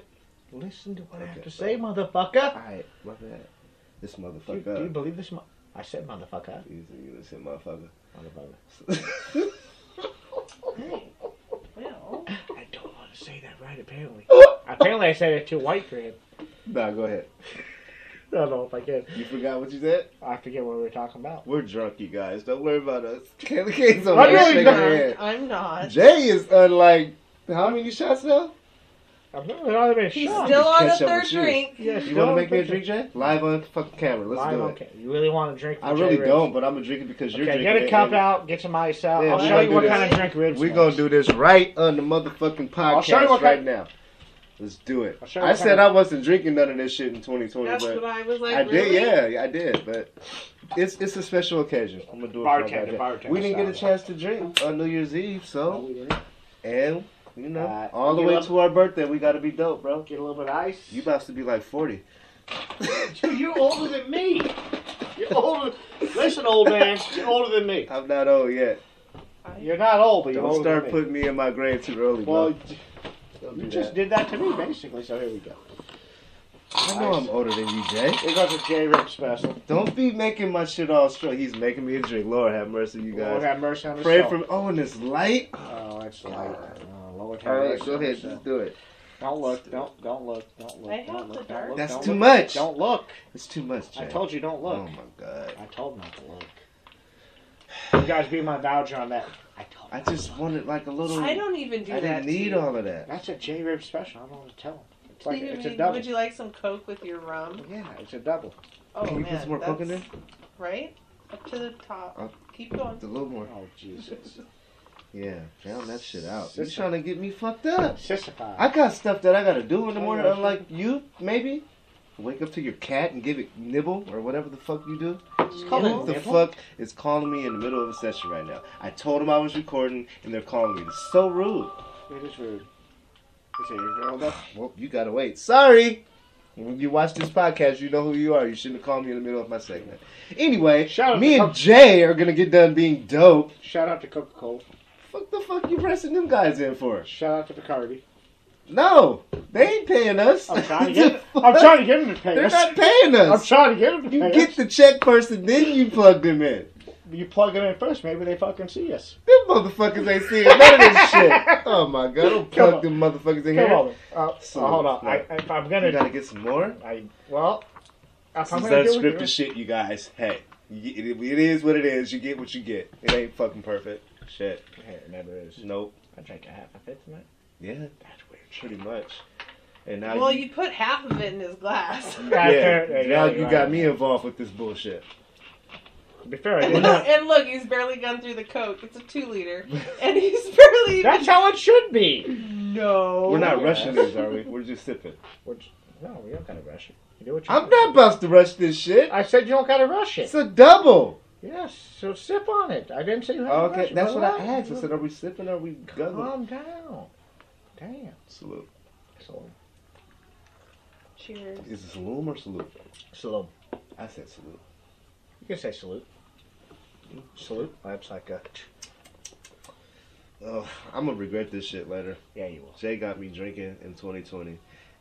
listen to what I have Okay. to say, motherfucker. Alright, my bad. This Do, motherfucker. do you believe this? Mo- I said motherfucker. He's a you listen, motherfucker. Motherfucker. Well, I don't want to say that right. Apparently, apparently I said it too white for him. nah, go ahead. I don't know if I can. You forgot what you said? I forget what we were talking about. We're drunk, you guys. Don't worry about us. Kayla K's over I'm there really shaking drunk. Uh, her head. I'm not. Jay is unlike. How many shots now? I've never really been He's shot. still on a catch up third with you. drink. Yeah, You still want to make me a picture. drink, Jay? Live on fucking camera. Let's Lime, do it. okay. You really want to drink? I the J really Ribs? don't, but I'm gonna drink it because you're Okay, drinking. get a it, cup and out, get some ice out. Yeah, I'll we show gonna you do what this. kind of drink ribs. We're is. gonna do this right on the motherfucking I'll show you podcast what right kind- now. Let's do it. I'll show you I what said kind- I wasn't drinking none of this shit in 2020, That's but what I was like. I really? did, yeah, I did, but it's it's a special occasion. I'm gonna do it. for my Bartender, goddamn- bartender We didn't get a style. chance to drink on New Year's Eve, No, so we didn't. and you know, Uh, all the you way up? to our birthday, we gotta be dope, bro. Get a little bit of ice. You about to be like 40. Dude, you're older than me. You're older. Listen, old man, you're older than me. I'm not old yet. You're not old, but you're Don't older start than me. putting me in my grave too early, Well, bro. you- Don't you do just that. did that to me, basically. So here we go. I know I'm older than you, Jay. Here goes a J Rip special. Don't be making my shit all strong. He's making me a drink. Lord have mercy, you Lord guys. have mercy on us. Pray all. for me. Oh, and it's light. Oh, that's light. Oh, Lord have All right, mercy go on ahead. us all. Just do it. Don't look. Don't don't look. Don't look. I have don't the look, dark. Don't look, That's don't too look. much. Don't look. It's too much, Jay. I told you don't Oh look. my god. I told not to look. You guys be my voucher on that. I told. I just wanted like a little. I don't even do I that. didn't need all of that. That's a J Rib special. I don't want to tell him. It's Do like you it's a mean- double. would you like some Coke with your rum? Yeah, it's a double. Oh Can you put man, some more Coke in that's- Right up to the top. Up. Keep going. Just a little more. Oh Jesus. Yeah, found that shit out. You Sister. trying to get me fucked up? Sissified. I got stuff that I gotta do in the Oh, morning. yeah, Unlike you, maybe wake up to your cat and give it nibble or whatever the fuck you do. It's called called Who a the nibble. fuck is calling me in the middle of a session right now? I told them I was recording and they're calling me. It's so rude. It is rude. Is it your girl though? Well, you gotta wait. Sorry. When you watch this podcast, you know who you are. You shouldn't have called me in the middle of my segment. Anyway, Shout out me to and Coke. Jay are gonna get done being dope. Shout out to Coca Cola. Fuck the fuck you pressing them guys in for? Shout out to Bacardi. No, they ain't paying us. I'm trying to get. I'm trying to get him to pay They're us. not paying I'm us. trying to get him to pay You us. get the check first, and then you plug them in. You plug it in first, maybe they fucking see us. Them motherfuckers ain't seeing none of this shit. Oh my god, don't Come plug them motherfuckers in Come here. on. Uh, So, uh, hold on. I, yeah. if I'm You gonna, gotta get some more. I well, uh, if This is I'm gonna do unscripted it, shit, you guys. Hey, you- it it is what it is. You get what you get. It ain't fucking perfect. Shit. Hey, it never is. Nope. I drank a half a fifth tonight. Yeah, That's weird. pretty much. And now Well, you, you put half of it in his glass. yeah, Yeah, now yeah, you right. got me involved with this bullshit. To be fair, I And did look, not. and look, he's barely gone through the Coke. It's a two liter. And he's barely even. That's how it should be. no. We're not Oh, yeah. rushing these, are we? We're just sipping. Which no, we don't gotta rush it. You do what you I'm want. not about to rush this shit. I said you don't gotta rush it. It's a double. yes, so sip on it. I didn't say you had to rush Um, Okay, it. that's what I Relax. asked. I said, are we sipping or are we guzzling? Calm down. Damn. Salute. Salute. Cheers. Is it saloon or salute? Salute. I said salute. You can say salute. Salute. That's like a. Oh, I'm gonna regret this shit later. Yeah, you will. Jay got me drinking in 2020.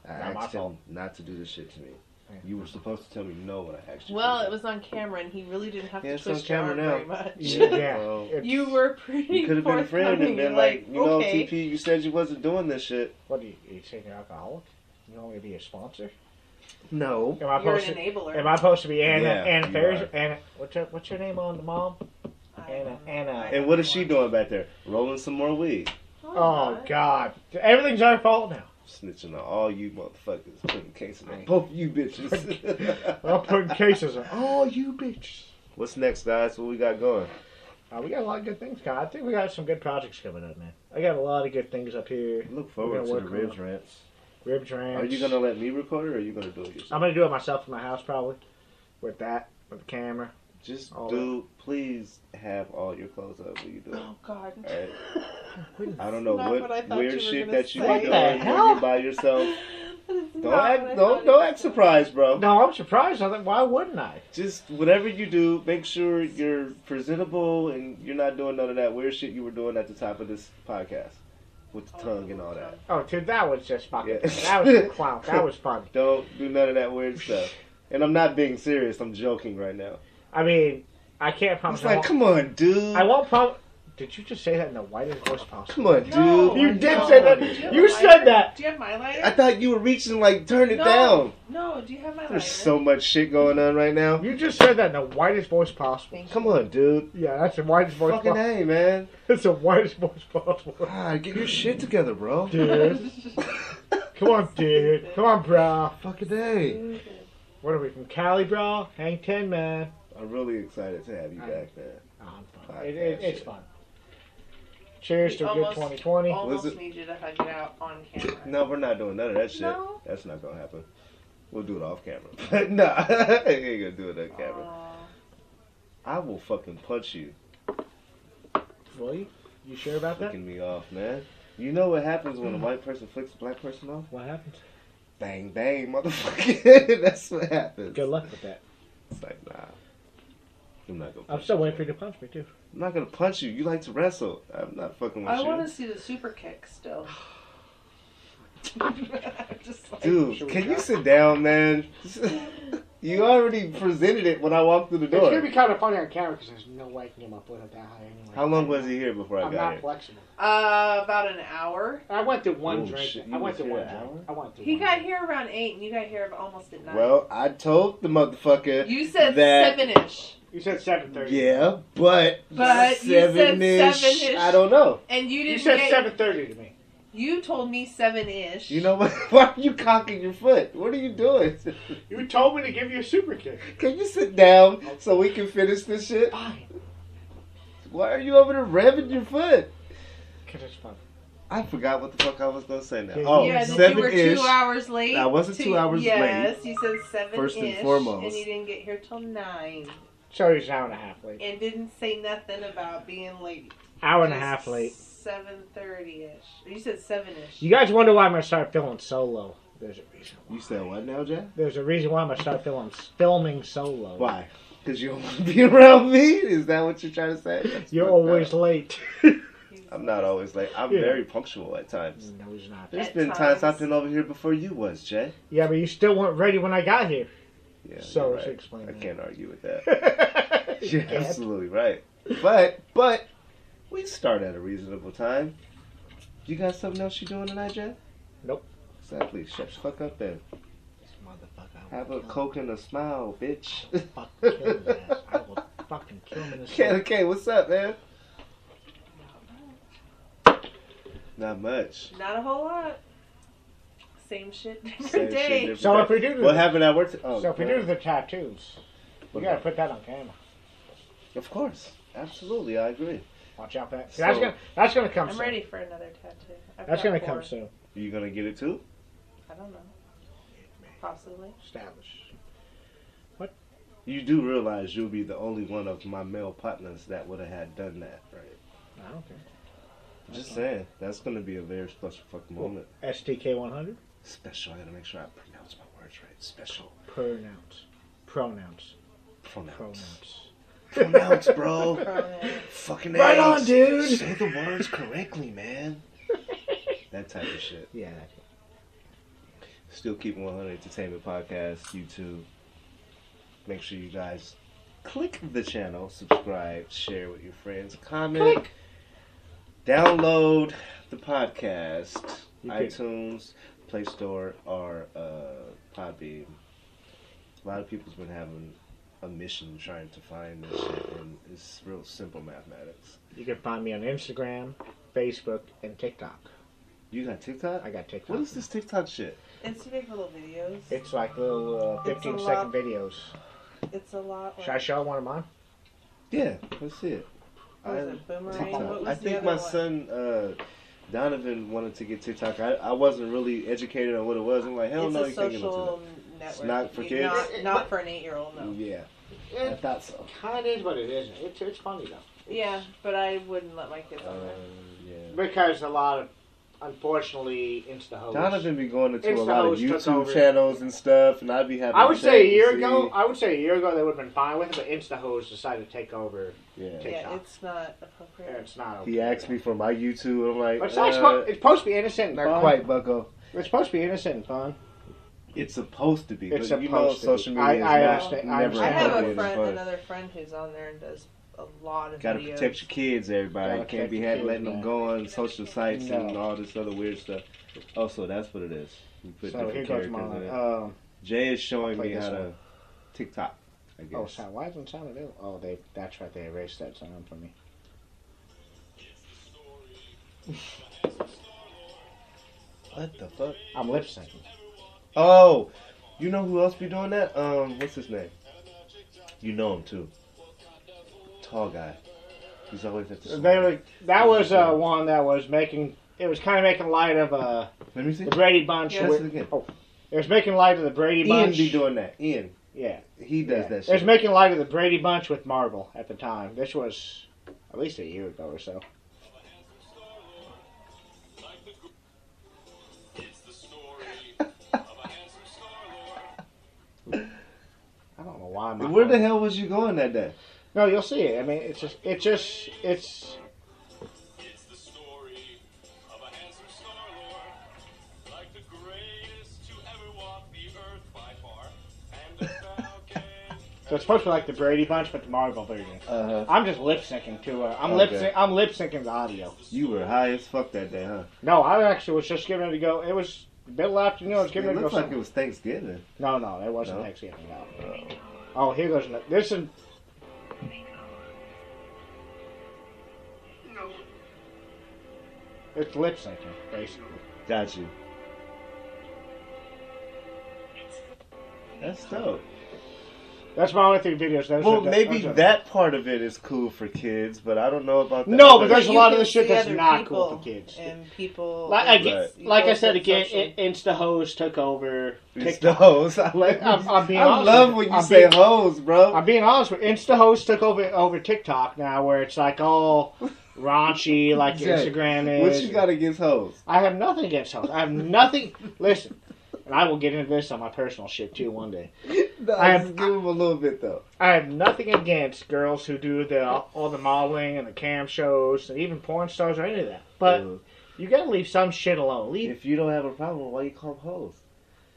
I Not my asked him fault. not to do this shit to me. Yeah. You were supposed to tell me no when I asked you. Well, it was on camera, and he really didn't have Yeah, to it's on twist your arm camera now. very much. Yeah. Well, It's- you were pretty. You could have been a friend and forthcoming. been You're like, you know, okay. TP, you said you wasn't doing this shit. What are you, are you saying you're alcoholic? You want me to be a sponsor? No. Am I You're supposed an to? enabler. Am I supposed to be Anna? Yeah, Anna you Ferris? are. Anna, what's her, what's her name on the mom? Oh, I Anna. don't know. Anna. And what is she doing back there? Rolling some more weed. No, I'm Oh not. God! Everything's our fault now. Snitching on all you motherfuckers. Putting cases on both you bitches. We're all putting cases on. Oh, you bitches! What's next, guys? What we got going? Uh, we got a lot of good things coming. I think we got some good projects coming up, man. I got a lot of good things up here. Look We're forward gonna to the work on ribs it. rants. Rib drinks. Are you gonna let me record it, or are you gonna do it yourself? I'm gonna do it myself in my house probably, with that, with the camera. Just All do. Please have all your clothes up when you do it. Oh God. All right. Wouldn't- I don't know Not what, what I thought weird you were shit gonna that you be say. What doing the when hell? you're by yourself. Don't Don't act, don't don't act surprised, bro. No, I'm surprised. I think why wouldn't I? Just whatever you do, make sure you're presentable and you're not doing none of that weird shit you were doing at the top of this podcast with the tongue and all that. Oh, dude, that was just fucking. Yeah. That was a clown. That was funny. Don't do none of that weird stuff. And I'm not being serious. I'm joking right now. I mean, I can't promise. It's I like, won't- come on, dude. I won't prom Did you just say that in the whitest voice Come possible? on, dude. No, You I did don't. say that. Do have You a said lighter? that. Do you have my lighter? I thought you were reaching like turn it no. down. No. Do you have my lighter? There's so much shit going on right now. You just said that in the whitest voice possible. Thank Come on, dude. Yeah, that's the whitest voice Fucking possible. hey, man. It's the whitest voice possible. God, get your shit together, bro. Dude. Come on, dude. Come on, bro. Fucking hey. you. What are we from Cali, bro? Hang 10, man. I'm really excited to have you back, man. Oh, I'm Fuck fine. It, that it, it's shit. fun. Cheers to a good Almost- 2020. Almost Was it- need you to hug it out on camera. No, we're not doing none of that shit. No. That's not gonna happen. We'll do it off camera. nah, I ain't gonna do it on camera. Oh. Aw. I will fucking punch you. Will you? You sure about that? Flicking me off, man. You know what happens when a white person flicks a black person off? What happened? Bang, bang, motherfucker. That's what happens. Good luck with that. It's like, nah. I'm not gonna. I'm Punch still you. waiting for you to punch me too. I'm not gonna punch you. You like to wrestle. I'm not fucking with I you, want to see the super kick still. Just Should like, dude. we Can go? you sit down, man? you already presented it when I walked through the It's gonna door. be kind of funny on camera because there's no way I can get my foot up that high anyway. How long was he here before I I'm got not here? flexible. uh, about an hour. I went to one Oh, drink. shit, you I went was to here one an hour? drink. I went to He one got drink. here around eight, and you got here almost at nine. Well, I told the motherfucker. you said that- seven-ish, You said seven thirty. Yeah, but But you said seven-ish. I don't know. and you You didn't. said get- seven thirty to me. You told me seven-ish. You know what? Why are you cocking your foot? What are you doing? You told me to give you a super kick. Can you sit down so we can finish this shit? Fine. Why are you over there revving your foot? Cause it's fun. I forgot what the fuck I was gonna say now. Yeah, Oh, yeah, that you seven were ish. two hours late. I wasn't two hours yes, you said seven. First and foremost. and you didn't get here till nine, So he's an hour and a half late. and didn't say nothing about being late. Hour and a half late. Seven thirty ish. You said seven ish. You guys wonder why I'm gonna start filming solo. There's a reason. You said what now, Jack? There's a reason why I'm gonna start filming filming solo. Why? Because you don't want to be around me? Is that what you're trying to say? That's You're fucked always up. late. I'm not always late. I'm Yeah. very punctual at times. no, he's not. There's At been times I've times. been over here before you was, Jay. Yeah, but you still weren't ready when I got here. Yeah, so you're it's right. explain I that. can't argue with that. You You're can't. absolutely right. But but we start at a reasonable time. You got something else you doing tonight, Jeff? Nope. Exactly. Shut the fuck up then. This motherfucker, I Have will a kill coke and a smile, bitch. him. Fuck, kill his ass. I will fucking kill him in this. okay, okay, what's up, man? Not much. Not a whole lot. Same shit, different Same shit, day. different So day. if we do what the- happened at work? t- oh, So if we go do ahead. the tattoos, you What gotta about- put that on camera. of course, absolutely, I agree. Watch out for that. So- that's gonna that's gonna come I'm soon. ready for another tattoo. I've That's got gonna four. come soon. You gonna get it too? I don't know. Possibly. Establish. You do realize you'll be the only one of my male partners that would have had done that, right? I don't care. Just saying, that's gonna be a very special fucking moment. STK 100. Special. I gotta make sure I pronounce my words right. Special Pronounce. Pronouns. pronouns. Pronouns. Pronounce, bro. Probably. Fucking Right A's. on, dude. Say the words correctly, man. that type of shit. Yeah. Still keeping 100 Entertainment Podcast, YouTube. Make sure you guys click the channel, subscribe, share with your friends, comment, download the podcast, You could- iTunes, Play Store, or uh, Podbean. A lot of people's been having a mission trying to find this shit, and it's real simple mathematics. You can find me on Instagram, Facebook, and TikTok. You got TikTok? I got TikTok. What is this TikTok shit? It's big little videos. It's like little uh, It's a 15 lot. second videos. It's a lot. Should I Like, show one of mine? Yeah, let's see it. what was I- it, boomerang? TikTok. What was I the think other my one? son uh, Donovan wanted to get TikTok. I, I wasn't really educated on what it was. I'm like, hell it's no, a you can't get into social network. It's not for You- kids? Mm-hmm. Not, not for an eight-year-old, that. no. Yeah, I It thought so. kind of is, but it isn't. It's it's funny though. Yeah, but I wouldn't let my kids Uh, Um, on there. yeah. Because a lot of, unfortunately, insta hoes. Donovan be going into a Insta lot of always took YouTube over. channels and stuff, and I'd be having. I would to say a check year and ago. I would say a year ago they would have been fine with it, but insta hoes decided to take over, see. Yeah. Yeah, TikTok. it's not and appropriate. it's not. Okay. He asked me for my YouTube, and I'm like, But it's, not, uh, it's supposed to be innocent and not fun. quite, Bucko. It's supposed to be innocent and fun. It's supposed to be, It's but you know, supposed to be. social I- media I is not understand- I never I have a appropriate as friend, fun. another friend who's on there and does a lot of Gotta videos. protect your kids, everybody. uh, Gotta You can't protect be your had kids, letting them man. go on social sites and No. all this other weird stuff. Also, that's what it is. You put So here different goes characters mine. in it. Um, Jay is showing play me this how to one. TikTok. I guess. oh, sound. Why isn't sound available? Oh, they. That's right. They erased that sound for me. What the fuck? I'm lip syncing. Oh, you know who else be doing that? Um, what's his name? You know him too. Tall guy. He's always at the. They store. were, that was uh, one that was making. It was kind of making light of uh, Let me see. the Brady Bunch. oh, Test it again. It was making light of the Brady Ian Bunch. be doing that. Ian. yeah, He does yeah. that It was shit. making light of the Brady Bunch with Marvel at the time. This was at least a year ago or so. I don't know why. My Where the phone- hell was you going that day? No, you'll see it. I mean, it's just, it's just, it's. It's the story of a handsome Star Lord, like the greatest to ever walk the earth by far, and a falcon. So it's supposed to be like the Brady Bunch, but the Marvel version. Uh-huh. Uh, I'm just lip syncing to. Uh, I'm Okay. lip sync. I'm lip syncing the audio. you were high as fuck that day, huh? No, I actually was just giving it a go. It was middle afternoon. I was giving It it, a go. looked like it was Thanksgiving. No, no, it wasn't No? Thanksgiving. No. Oh, here goes. ano- This is. It's lip syncing, basically. Got you. That's dope. That's my only three videos. Those Well, are the- maybe those are- that part of it is cool for kids, but I don't know about that. No, other- but there's a you lot of can this shit see that's other not cool people for kids. And people. Like, and again, Right. like I people said that again, social- in- Insta hoes took over it's TikTok. the hoes. I like. I'm- I'm being I honest love with when you. you I'm say being- hoes, bro. I'm being honest with Insta host took over over TikTok now, where it's like all raunchy, like Jay, Instagram what is. you got against hoes? I have nothing against hoes. I have nothing. Listen, and I will get into this on my personal shit too one day. No, I have- just give them a little bit though. I have nothing against girls who do the all the modeling and the cam shows and even porn stars or any of that. But Uh, you gotta leave some shit alone. Leave if you don't have a problem, why you call them hoes?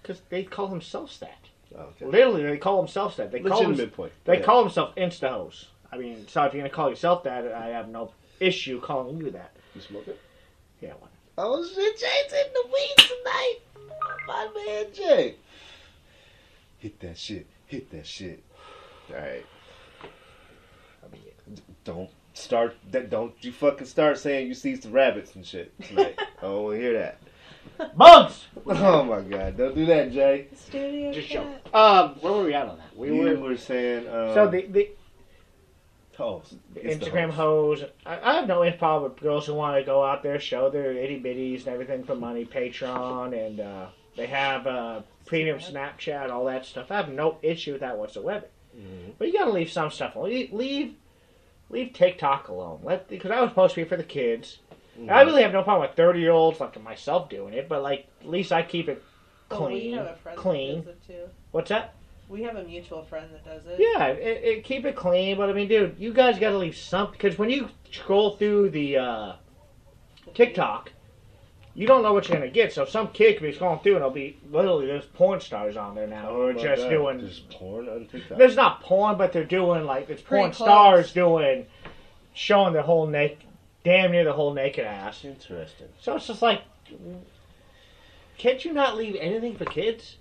because they call themselves that. Okay. Literally, they call themselves that. They call them, Legitimate point. They Yeah. call themselves insta hoes. I mean, so if you're gonna call yourself that, I have no issue calling you that. You smoke it? Yeah, what? Oh shit, Jay's in the weed tonight. My man Jay. Hit that shit. Hit that shit. Alright. I mean d- don't start that don't you fucking start saying you see some rabbits and shit tonight. I don't wanna hear that. bugs. Oh my god, don't do that, Jay. Studio Just cat. joking. Um, where were we at on that? We We were. were, saying um, So the, the hoes. It's the Instagram hoes. hoes, I, I have no problem with girls who want to go out there, show their itty bitties and everything for money, Patreon, and uh, they have uh, premium Snapchat, all that stuff. I have no issue with that whatsoever. Mm-hmm. But you gotta leave some stuff alone. Leave- Leave, leave TikTok alone. Let because that was supposed to be for the kids. And Mm-hmm. I really have no problem with thirty year olds like myself doing it, but like at least I keep it Oh, we clean. have a friend clean. That does it too. What's that? We have a mutual friend that does it. Yeah, it, it, keep it clean. But I mean, dude, you guys got to leave something because when you scroll through the uh, TikTok, you don't know what you're gonna get. So some kid could be scrolling through and it'll be literally there's porn stars on there now, Oh or my just God, doing. just porn on TikTok. There's not porn, but they're doing like it's porn Pretty close. stars doing, showing their whole naked, damn near the whole naked ass. interesting. So it's just like, can't you not leave anything for kids?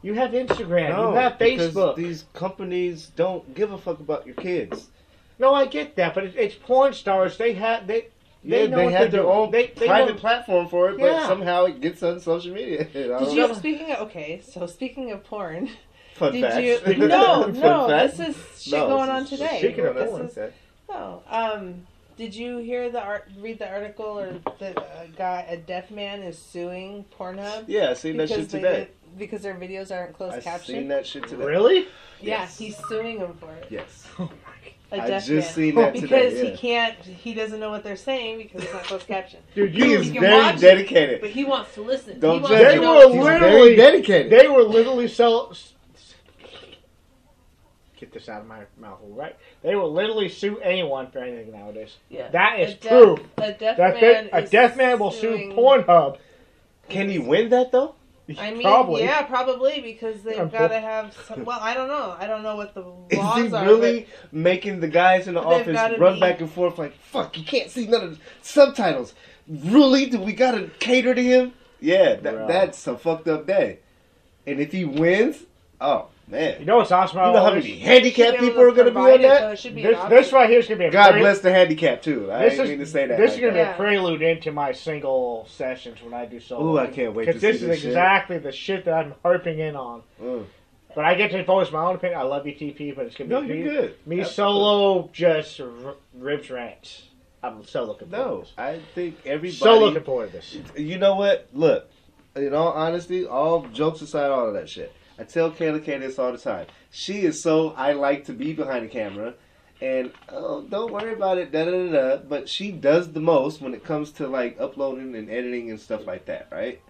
You have Instagram, you have because Facebook. These companies don't give a fuck about your kids. No, I get that, but it, it's porn stars. They had they Yeah, they, They know what had they're their doing. own They- they private know- platform for it, but Yeah. somehow it gets on social media. I don't Did know. you speaking of okay? So speaking of porn, Fun did facts. you? No, Fun no, facts. this is shit No, going this on is just today. shit going This on. is- Okay. No. Um, did you hear the art? Read the article or the uh, guy, a deaf man is suing Pornhub Yeah, I seen that shit they today. didn't- because their videos aren't closed I seen captioned. that shit today. really. Oh Yeah, Yes. he's suing them for it. Yes. A I deaf just man. seen that today. because yeah. he can't. He doesn't know what they're saying because it's not closed captioned. Dude, He is you can very watch it, dedicated. But he wants to listen. he Don't wants judge to him. know They were He's very literally- dedicated. They were literally sell. s- s- Get this out of my mouth, right? They will literally sue anyone for anything nowadays. Yeah. That is a deaf, proof A deaf That man. they, a is deaf man will suing- sue Pornhub. Can he win that though? I mean, probably. yeah, probably because they've Unfor- got to have. Some, well, I don't know. I don't know what the Is laws he are. really making the guys in the But office they've gotta run be- back and forth like, fuck, you can't see none of the subtitles. Really? Do we gotta cater to him? Yeah, tha- Bruh. that's a fucked up day. And if he wins, oh man. You You know what's awesome? know about how all this? many handicapped Should be able people are gonna be provide on it, though. that? It should be an This, this option. right here is gonna be a God pre- bless the handicap too. I This didn't is- mean to say that. This like is gonna that. be a prelude into my single sessions when I do solo. Ooh, I can't wait to Because see this is this shit. exactly the shit that I'm harping in on. Mm. But I get to voice my own opinion. I love ETP, but it's gonna be No, me, you're good. me Absolutely. solo just r- ribs rants. I'm so looking forward No, to I think everybody. this. So looking forward to this. You know what? Look, in all honesty, all jokes aside, all of that shit. I tell Kayla Kay this all the time. She is so I like to be behind the camera, and oh, don't worry about it. Da da da da. But she does the most when it comes to like uploading and editing and stuff like that, right?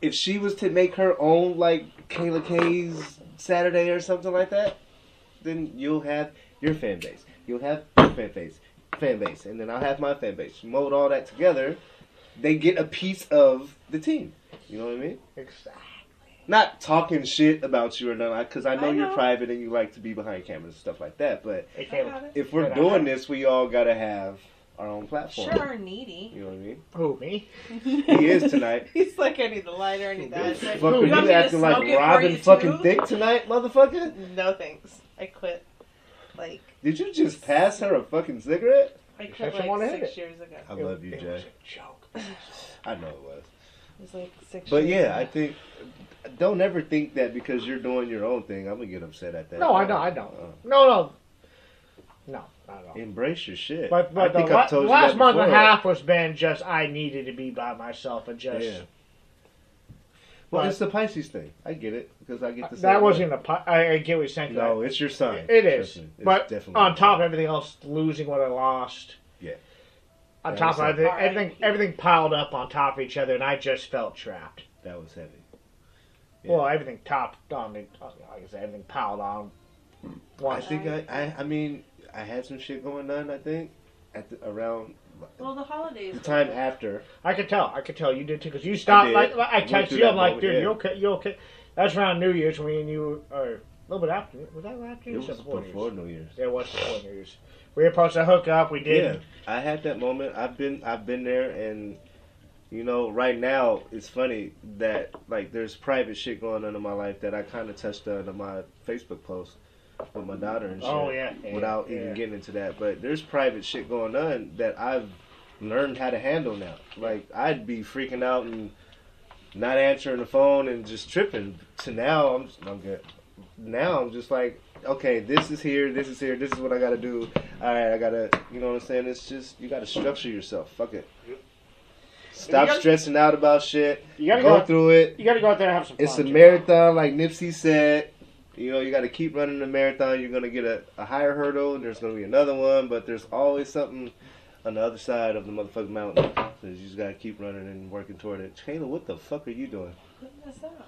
If she was to make her own like Kayla K's Saturday or something like that, then you'll have your fan base. You'll have your fan base, fan base, and then I'll have my fan base. Mold all that together, they get a piece of the team. You know what I mean? Exactly. Not talking shit about you or nothing, because I know I you're know. private and you like to be behind cameras and stuff like that. But Hey, I Caleb. got it. if we're doing this, we all gotta have our own platform. Sure are needy. You know what I mean? Who, me? He is tonight. He's like, I need the lighter, I need that. It's like, Fucker, "You you want me to acting smoke like it for Robin you fucking too?" Dick tonight, motherfucker? No thanks. I quit. Like Did you just pass her a fucking cigarette? I said quit she wanted like to hit six years ago. I love you, It Jay. was a joke. I know it was. It was like six. But years yeah, I ago. think. Don't ever think that because you're doing your own thing, I'm gonna get upset at that. No, I don't. I don't. Uh, No, no. No, not at all. embrace your shit. But, but I think the I've la- told you last that month and a before. half was been just I needed to be by myself and just Yeah. Well, But- it's the Pisces thing. I get it because I get the. that same wasn't a. pi- I, I get what you're saying. Way. No, it's your sign. It is, Trust me. It's but definitely on your top of sign. everything else, losing what I lost. Yeah. On That was top of it. everything, Alright. everything, everything piled up on top of each other, and I just felt trapped. that was heavy. Well, everything topped on, the- like I said, everything piled on. I One. think I, I, I mean, I had some shit going on. I think at the, around Well, the holidays. the time after. I could tell. I could tell you did too, because you stopped. did. like, like, I Went texted through you. that I'm like, moment, dude, yeah. you okay? You okay? That's around New Year's when you or a little bit after. Was that after It New was Year's? or before New Year's? before New Year's. There was before New Year's. We were supposed to hook up. We Yeah, did. I had that moment. I've been I've been there, and you know, right now it's funny that like there's private shit going on in my life that I kind of touched on in my Facebook post with my daughter and shit. Oh yeah. yeah, Without yeah. even getting into that, but there's private shit going on that I've learned how to handle now. Like I'd be freaking out and not answering the phone and just tripping. To now, I'm I'm good. Now I'm just like, okay, this is here, this is here, this is what I gotta do. All right, I gotta, you know what I'm saying? It's just you gotta structure yourself. Fuck it. Stop You gotta- stressing out about shit. You Go, gotta go. through it. You gotta go out there and have some. It's a fun, Jay. marathon, like Nipsey said. You know, you got to keep running the marathon. You're gonna get a, a higher hurdle. There's gonna be another one, but there's always something on the other side of the motherfucking mountain. So you just gotta keep running and working toward it. Taylor, what the fuck are you doing? Putting this out.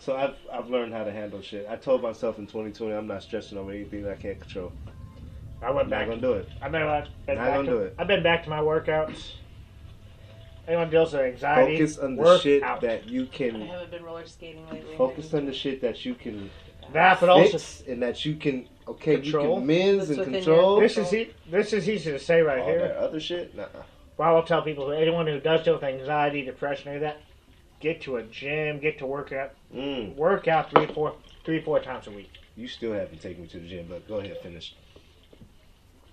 So I've I've learned how to handle shit. I told myself in 2020 I'm not stressing over anything that I can't control. I I'm went not back. gonna do it. I've been, I've been Not back gonna to, do it. I've been back to my workouts. Anyone deals with anxiety? Focus on the work shit out. that you I can. haven't been roller skating lately. Focus on the shit that you can That, but also fix and that you can okay you Control. can mend That's and within your control. this is e- this is easy to say right All here. that other shit, nah. But I will tell people anyone who does deal with anxiety, depression, any of that, get to a gym, get to work out, Mm. work out three, four, three, four times a week. You still haven't taken me to the gym, but go ahead, finish.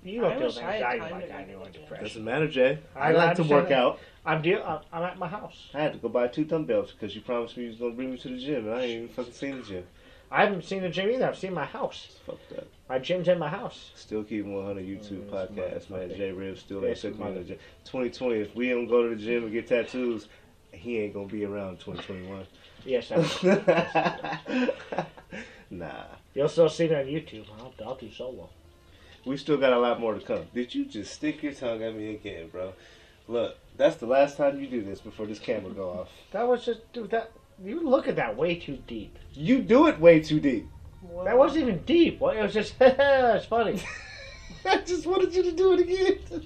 You I don't deal wish with I had anxiety time like to I go do to with the gym. depression. Doesn't matter, Jay. I, I like to understand work that. out. I'm deal. I'm- I'm at my house. I had to go buy two dumbbells because you promised me you was gonna bring me to the gym, and I ain't even fucking seen the gym. I haven't seen the gym either. I've seen my house. It's fucked up. My gym's in my house. Still keeping 100 YouTube Mm, this podcast, man. motherfucker. Jay Rib still ain't This took me to the gym. 2020, if we don't go to the gym and get tattoos, he ain't gonna be around 2021. Yes, I nah. you'll still see me on YouTube. I'll, I'll do solo. We still got a lot more to come. Did you just stick your tongue at me again, bro? Look, that's the last time you do this before this camera go off. That was just dude. That you look at that way too deep. You do it way too deep. Whoa. That wasn't even deep. What? It was just it's funny. I just wanted you to do it again.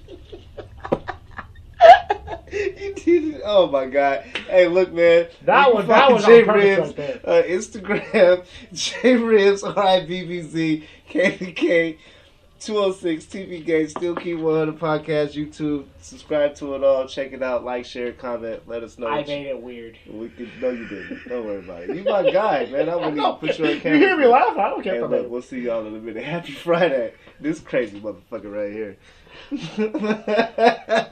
you did it. Oh my god. Hey, look, man. That You was- can that find was on J purpose Ribs, right uh, there. Instagram, J Ribs, R I B B Z, K D K. 206 TV Gate, Still Keep 100 Podcast, YouTube. Subscribe to it all. Check it out. Like, share, comment. Let us know. I what you- made it weird. we could, no, you didn't. Don't worry about it. You my guy, man. I wouldn't even put you on camera. You hear me laugh? I don't care. Hey, if I made look, it we'll see y'all in a minute. Happy Friday. This crazy motherfucker right here.